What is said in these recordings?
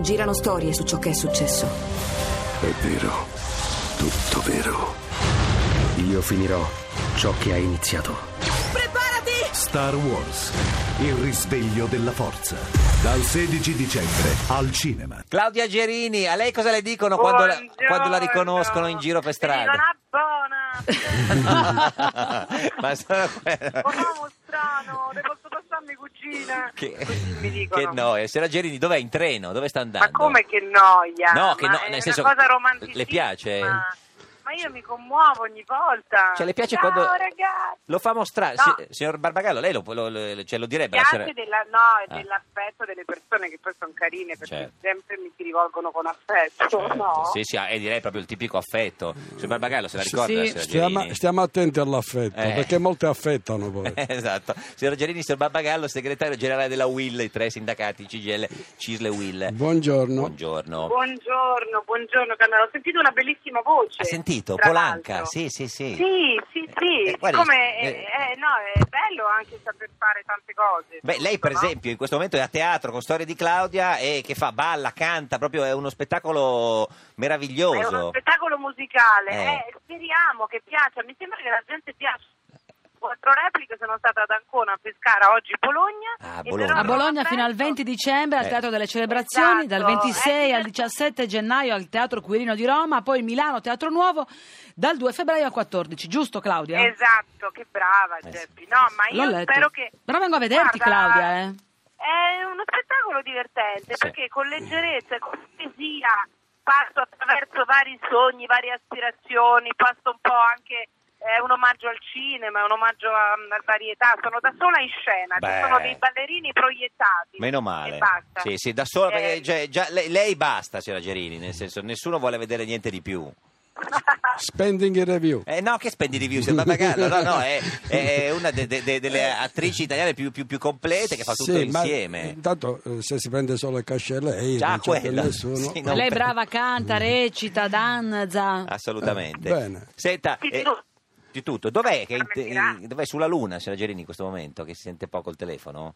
Girano storie su ciò che è successo. È vero, tutto vero. Io finirò ciò che ha iniziato. Preparati! Star Wars, il risveglio della forza. Dal 16 dicembre al cinema. Claudia Gerini, a lei cosa le dicono quando la, Buongiorno. quando la riconoscono in giro per Viva strada? la buona! Ma sono quella- Un uomo strano, devo sottoporre mia cugina. che, Così mi dicono. che noia. Signora Gerini, dov'è in treno? Dove sta andando? Ma come che noia? No, che Ma no- è nel una senso, cosa romanticissima. le piace? Ma io mi commuovo ogni volta. Cioè, le piace Ciao, quando ragazzi! lo fa mostrare? No. Si- signor Barbagallo, lei lo, lo- lo- ce lo direbbe? Mi la signora- piace della- no, è Ah. dell'affetto delle persone che poi sono carine perché Certo. sempre mi si rivolgono con affetto, no? Sì, sì, è direi proprio il tipico affetto. Signor Barbagallo, se la Sì. ricorda? Sì. la signora Stiamo, Gerini? stiamo attenti all'affetto, Eh. perché molte affettano poi. esatto, signor Gerini, signor Barbagallo, segretario generale della WIL, i tre sindacati CGL, CISL e WIL. Buongiorno. Buongiorno. Buongiorno, buongiorno Carmelo, ho sentito una bellissima voce. Ha sentito? tra Polanca, l'altro. sì, sì, sì. Sì, sì, sì. Eh, guardi, Siccome, eh, eh, eh, no, è bello anche saper fare tante cose. Beh, lei per no? esempio in questo momento è a teatro con Storie di Claudia e che fa? Balla, canta, proprio è uno spettacolo È uno meraviglioso. spettacolo musicale, Eh. eh, speriamo che piaccia, mi sembra che la gente piaccia. Quattro repliche sono stata ad Ancona, Pescara, oggi Bologna. Ah, e Bologna. A però A non Bologna penso- fino al 20 dicembre al Eh. Teatro delle Celebrazioni, dal Esatto. 26 Eh, al 17 gennaio al Teatro Quirino di Roma, poi Milano Teatro Nuovo dal 2 febbraio al 14, giusto Claudia? Esatto, che brava Eh, Geppi. No, ma io L'ho letto. spero che... Però vengo a vederti Guarda, Claudia, eh. È uno spettacolo divertente Sì. perché con leggerezza e con poesia passo attraverso vari sogni, varie aspirazioni, passo un po' anche è un omaggio al cinema, è un omaggio a- alla varietà, sono da sola in scena, Beh. ci sono dei ballerini proiettati. Meno male. E basta. Sì, sì, da sola perché Eh, già- già lei, lei basta, signora Gerini, nel senso nessuno vuole vedere niente di più. Spending in review. Eh, no, che spendi di più, signor Barbagallo? No, no, è, è una de- de- de- delle attrici italiane più, più- più complete che fa tutto Sì, ma insieme. Intanto eh, se si prende solo il cascelei, Già non c'è per quello. nessuno. Sì, no. non Lei per- Mm. Ah. brava canta, recita, danza. Assolutamente. Eh, bene. Senta, Di eh, tutto. di tutto, dov'è? Che, Come eh, dirà? dov'è sulla luna, signora Gerini, in questo momento, che si sente poco il telefono?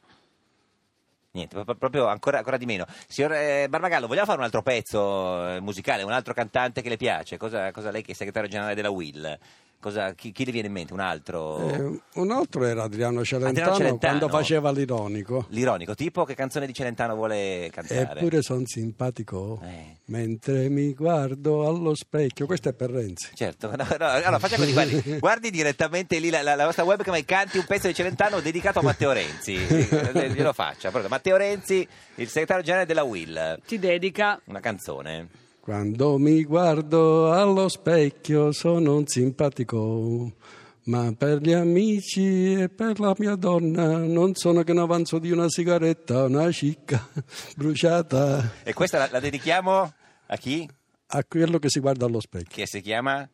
Niente, pro- proprio ancora, ancora di meno. Signor eh, Barbagallo, vogliamo fare un altro pezzo eh, musicale, un altro cantante che le piace? Cosa, cosa lei che è segretario generale della WIL? Cosa, chi, chi le viene in mente? Un altro? Eh, un altro era Adriano Celentano, Adriano Celentano. quando faceva l'ironico. L'ironico, tipo che canzone di Celentano vuole cantare? Eppure sono simpatico Eh. mentre mi guardo allo specchio. Questo è per Renzi. Certo, no, no, allora faccia così, guardi, guardi direttamente lì la, la, la vostra webcam e canti un pezzo di Celentano dedicato a Matteo Renzi, Eh, glielo faccia, pronto. Matteo Renzi, il segretario generale della WIL, Ti dedica. una canzone. Quando mi guardo allo specchio sono un simpatico, ma per gli amici e per la mia donna non sono che un avanzo di una sigaretta, una cicca bruciata E questa la, la dedichiamo a chi? a quello che si guarda allo specchio. Che si chiama?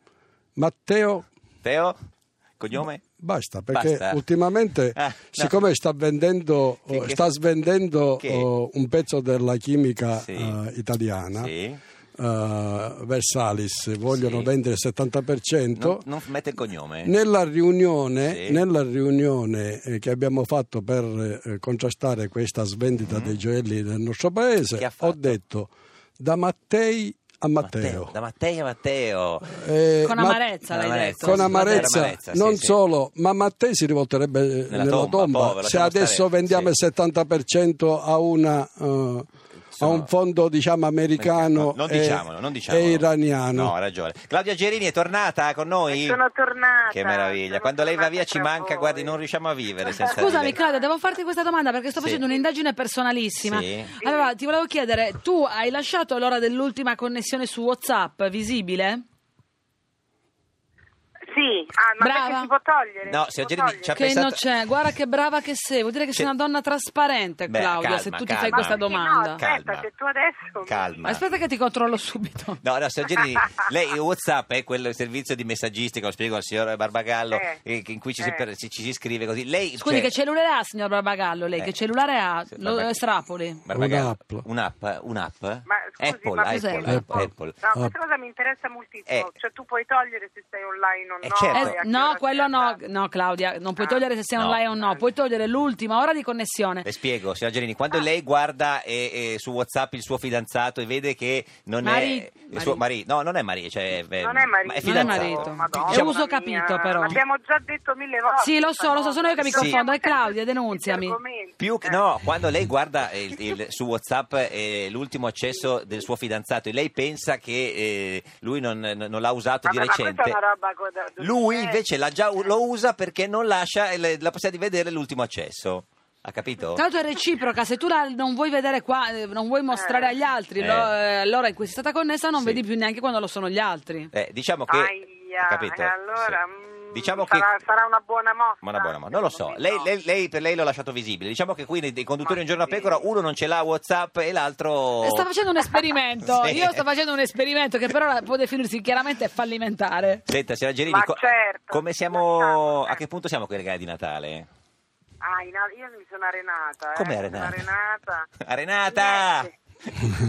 Matteo, Teo? Cognome? basta, perché Basta. ultimamente, Ah, no. siccome sta vendendo, Sì, oh, che- sta svendendo che- oh, un pezzo della chimica Sì. eh, italiana, Sì. eh, Versalis, vogliono Sì. vendere il 70%. Non, non mette il cognome. Nella riunione, Sì. nella riunione, eh, che abbiamo fatto per eh, contrastare questa svendita dei gioielli nel nostro Mm-hmm. Che paese, ha ho fatto? detto da Mattei a Matteo. Da Mattei a Matteo. Eh, Con ma- amarezza l'hai amarezza, detto. con sì, amarezza, con amarezza, sì, non sì. solo, ma Mattei si rivolterebbe eh, Nella nella, tomba, tomba, povero, se lasciamo adesso stare, vendiamo sì. il 70% a una, eh, a un fondo diciamo americano non e- diciamolo, non diciamolo. e iraniano. No, ha ragione. Claudia Gerini è tornata con noi? Sono tornata. Che meraviglia, sono quando lei va tornata via ci tra manca, voi. guardi, non riusciamo a vivere senza di Scusami lei. Claudia, devo farti questa domanda perché sto Sì. facendo un'indagine personalissima. Sì. Allora, ti volevo chiedere, tu hai lasciato l'ora dell'ultima connessione su WhatsApp visibile? Sì, ah, ma Brava. perché si può togliere? No, si signor Gerini, può togliere? ci ha Che pensato- innocenza, guarda che brava che sei, vuol dire che sei Sì. una donna trasparente Beh, Claudia, calma, se tu ti calma. fai Ma questa perché No, domanda. aspetta, Calma. se tu adesso... Calma. Aspetta che ti controllo subito. No, no, signor Gerini, lei WhatsApp è quel servizio di messaggistica, lo spiego al signor Barbagallo, Eh. eh, che- in cui ci, si, Eh. per- ci, ci si scrive così. Lei, Scusi, cioè- che cellulare ha, signor Barbagallo? Lei Eh. che cellulare ha? Signor Lo Barbagallo. Eh, estrapoli. Barbagallo, Un'app. Un'app, un'app? Ma scusi, Apple, ma Apple, questa Apple. cosa- Apple. No, questa cosa mi interessa moltissimo. Eh. Cioè, tu puoi togliere se sei online o no. Eh, certo. e a Eh, che ora no, sei quello no, andato. no Claudia, non puoi Ah. togliere se sei No. Eh. online o no, puoi togliere l'ultima ora di connessione. Le spiego, signora Gerini, quando Ah. lei guarda eh, eh, su WhatsApp il suo fidanzato e vede che non Mari- è il suo marito, no, non è marito, cioè, eh, Non è marito, ma è Non fidanzato. è Diciamo, marito. Diciamo- Madonna È uso mia, capito, però. L'abbiamo già detto mille volte. Sì, lo so, lo so, sono io che mi Sì. confondo. E Claudia, Sempre denunziami. gli argomenti. Più che, Eh. no, quando lei guarda il- il- su WhatsApp eh, l'ultimo accesso del suo fidanzato e lei pensa che eh, lui non, non l'ha usato Vabbè, di ma questa recente, è una roba co- da- da- lui eh. invece l'ha già- lo usa perché non lascia il- la possibilità di vedere l'ultimo accesso. Ha capito? Tra l'altro è reciproca, se tu la non vuoi vedere qua, eh, non vuoi mostrare Eh. agli altri Eh. lo- eh, l'ora in cui sei stata connessa, non Sì. vedi più neanche quando lo sono gli altri. Eh, diciamo che. Aia, ha capito? e allora, mm, Diciamo sarà- che. sarà una buona mossa, Ma una buona mossa, non lo so. secondo me Lei, no. lei- lei- per lei l'ho lasciato visibile. Diciamo che qui nei dei conduttori Ma un giorno a sì. pecora uno non ce l'ha WhatsApp e l'altro. Eh, Sta facendo un esperimento, Sì. io sto facendo un esperimento che però può definirsi chiaramente fallimentare. Senta, signora Gerini, Ma co- certo, come ci siamo. lasciamo, A eh. che punto siamo con i regali di Natale? Ah, in- io mi sono arenata. eh. Come arenata? Sono arenata. Arenata! Niente.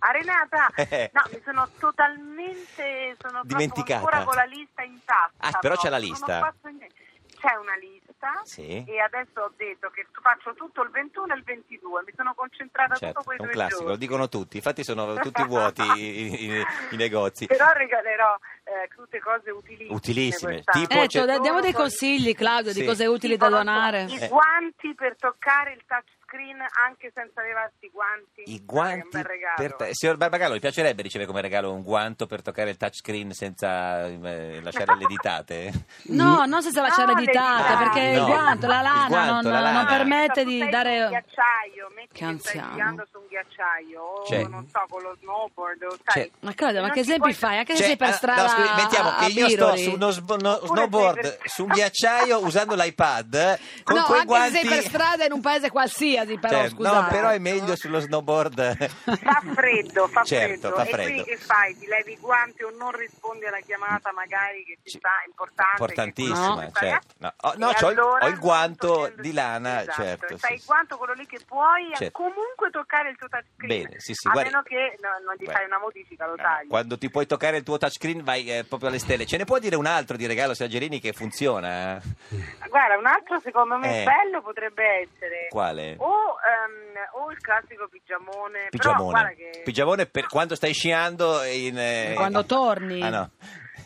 Arenata! Eh. No, mi sono totalmente sono proprio Dimenticata. ancora con la lista intatta. Ah, però c'è la proprio, lista. non ho fatto niente. C'è una lista Sì. e adesso ho detto che faccio tutto il 21 e il 22. Mi sono concentrata Certo, tutto quei è un due classico, lo giorni. dicono tutti. Infatti, sono tutti vuoti i, i- i negozi. Però regalerò eh, tutte cose utilissime. Utilissime, quest'anno. tipo Eh, Poi cioè, c'è- da- diamo dei consigli, Claudio, Sì. di cose utili Tipo, da non so, donare. I Eh. guanti per toccare il touchscreen anche senza levarsi i guanti. I Che è un guanti bel regalo. per te. Signor Barbagallo, mi piacerebbe ricevere come regalo un guanto per toccare il touchscreen senza eh, lasciare le ditate? No, non se se la No, c'è le ereditata, ditate. perché Ah, No. il guanto, la Il lana, guanto, non, la lana. non permette Cioè, Tu di sei su un dare... ghiacciaio, metti che Che stai anziano. sciando su un ghiacciaio o Cioè- non so con lo snowboard o sai Cioè- Ma Claudia, ma Non che ti esempi puoi- fai? Anche se Cioè, sei per ah, no, strada scusi, mettiamo a- che a io sto Biroli. su uno sb- no- Pure sei snowboard per- su un ghiacciaio usando l'iPad eh, con no, quei anche guanti se sei per strada in un paese qualsiasi, però Cioè, scusate. no però è meglio sullo snowboard fa freddo fa certo freddo fa e freddo quindi che fai ti levi i guanti o non rispondi alla chiamata magari che ti sta importante che importantissima quello che fai, certo eh? no, oh, E no, c'ho il- allora ho il guanto togliendo- di lana Esatto, certo fai sì, il sì. guanto quello lì che puoi Certo. comunque toccare il tuo touchscreen Bene, sì, sì, a guardi- Eh, meno che no, non gli Guarda. fai una modifica lo No, tagli Quando ti puoi toccare il tuo touchscreen vai eh, proprio alle stelle. Ce ne può dire un altro di regalo Saggerini che funziona? Guarda, un altro secondo me Eh. bello potrebbe essere Quale? o, ehm, o il classico pigiamone, però guarda Pigiamone. che Pigiamone per quando stai sciando e in, eh, Quando torni. Ah, no.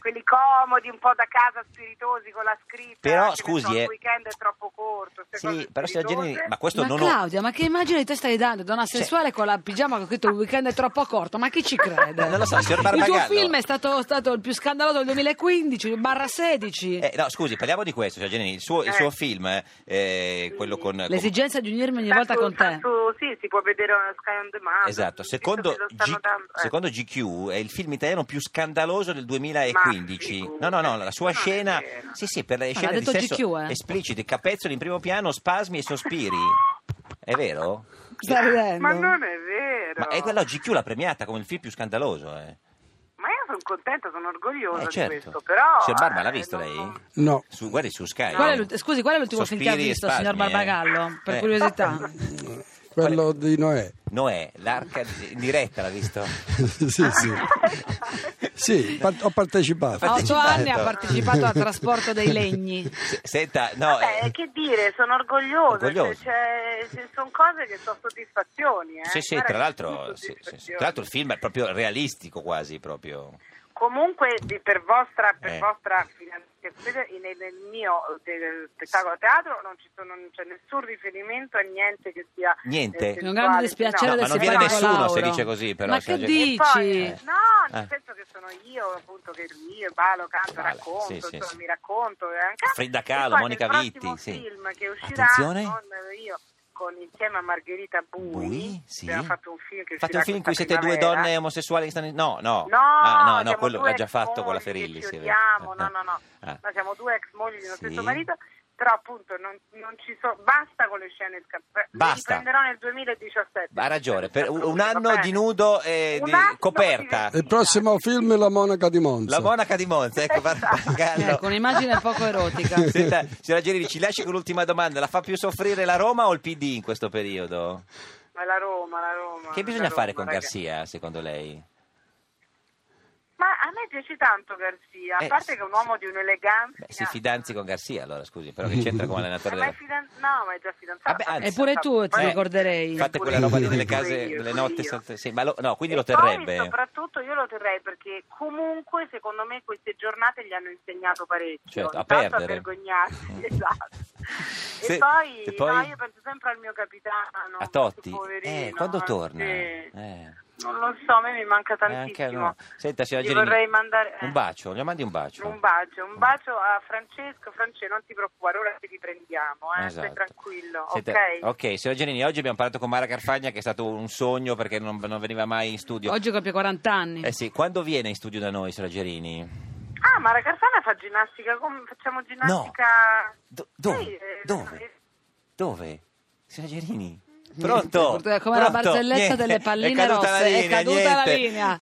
quelli comodi un po' da casa spiritosi con la scritta Però, che ne scusi, so, eh. il weekend è troppo corto ste Sì, cose però signor Gerini, spiritose. ma questo ma non ho... Cioè- Claudia, ma che immagine te stai dando? Donna sensuale con la pigiama che ho scritto il weekend è troppo corto, ma chi ci crede? Non lo so, signor Il tuo Barbagallo. film è stato, stato il più scandaloso del 2015, barra 16. Eh, no, scusi, parliamo di questo, signor Gerini. Il suo, il suo Eh. film, eh, quello con... con- L'esigenza di unirmi ogni volta Tanto- con te. tanto, sì, si può vedere una Sky on Demand Esatto, visto secondo, che lo stanno G- dando, eh. secondo GQ è il film italiano più scandaloso del 2015. Ma No, no, no, la sua non è scena... vero. Ah, Sì, sì, per le l'ha scene di detto sesso GQ, eh. esplicite, capezzoli in primo piano, spasmi e sospiri. È vero? Stai ridendo? ma non è vero Ma è quella GQ l'ha premiata come il film più scandaloso, eh. Ma io sono contenta sono orgogliosa Eh, certo. di questo però Signor Barba eh, l'ha visto non- lei? non- No, Su, guardi su ecco. Sky. Qual è eh. l'ult- scusi, qual è l'ultimo film che ha Sospiri e visto, spasmi, signor eh. Barbagallo? Per Eh. curiosità. quello di Noè. Noè, l'arca di- in diretta l'ha visto. sì, sì. Sì, par- ho partecipato. A otto partecipato. anni ha partecipato al trasporto dei legni. Se- Senta, no, Beh, eh, che dire, sono orgogliosa, Orgogliosa. cioè, cioè, sono cose che sono soddisfazioni. Eh. sì, sì, Guarda tra che l'altro, sono sì, sì, sì. soddisfazioni. tra l'altro il film è proprio realistico quasi proprio. Comunque, di- per vostra, per Eh. vostra finanziazione, in- nel, mio del spettacolo a teatro non, ci sono, non c'è nessun riferimento a niente che sia... Niente. eh, È un sensuale, grande dispiacere No, del ma non viene signor nessuno Lauro. se dice così, però, Ma che signor E Giannini. dici? poi, Eh. No, nel Eh. senso che sono io appunto che io ballo, canto, Vale, racconto, sì, sì, insomma, sì. mi racconto. eh, anche- Frida e Kahlo, poi Monica nel Vitti, prossimo sì. film che uscirà Attenzione. con io con insieme a Margherita Bui, Bui, sì. abbiamo fatto un film che Fate uscirà un film in cui questa siete due primavera. donne omosessuali che stanno... in- No, no. No, Ah, no, no, siamo quello due l'ha già ex fatto con la mogli Ferilli. che sì, è vero. odiamo, Ah, no, no, no. ah. No, siamo due ex mogli dello Sì. stesso marito, però appunto non, non ci so, basta con le scene scappate. Basta. Mi riprenderò nel 2017. Ha ragione, per un- un Va anno bene. di nudo e Un di anno coperta. di Il prossimo film è La Monaca di Monza. La monaca di Monza, ecco, Esatto. Barbagallo. Ecco, un'immagine poco erotica. Senta, signora Gerini, ci lasci con l'ultima domanda. La fa più soffrire la Roma o il PD in questo periodo? Ma la Roma, la Roma. Che la bisogna Roma, fare con raga. Garcia, secondo lei? Ma a me piace tanto Garzia, a Eh, parte sì, che è un uomo di un'eleganza. Beh, si fidanzi con Garcia, allora scusi, però che c'entra come allenatore Eh, ma è della... fidan- no, ma è già fidanzato. Vabbè, anzi. Eppure tu ti Eh, ricorderei. Fate quella roba lì delle case, delle notte, sante- sì, ma lo- no, quindi lo E poi, terrebbe. soprattutto io lo terrei perché comunque secondo me queste giornate gli hanno insegnato parecchio. Certo, a Intanto perdere. Mm. vergognarsi, esatto. Se- e poi, e poi- no, io penso sempre al mio capitano. A Totti? questo poverino, Eh, quando eh, torna? sì. Eh. Non lo so, a me mi manca Eh, anche a tantissimo. noi. Senta, signora Gli Gerini, vorrei mandare eh, un bacio, gli mandi un bacio. Un bacio, un bacio a Francesco. Francesco, non ti preoccupare, ora ti riprendiamo, eh, stai Esatto. tranquillo, Senta, ok? Ok, signora Gerini, oggi abbiamo parlato con Mara Carfagna che è stato un sogno perché non, non veniva mai in studio. Oggi compie 40 anni. Eh sì, quando viene in studio da noi, signora Gerini? Ah, ma la Carfana fa ginnastica, com- facciamo ginnastica... Do- Sì, dove? eh, Dove? Dove? Signora Gerini? Niente, Pronto? purtroppo è come la Barzelletta barzelletta delle palline rosse, è caduta la linea.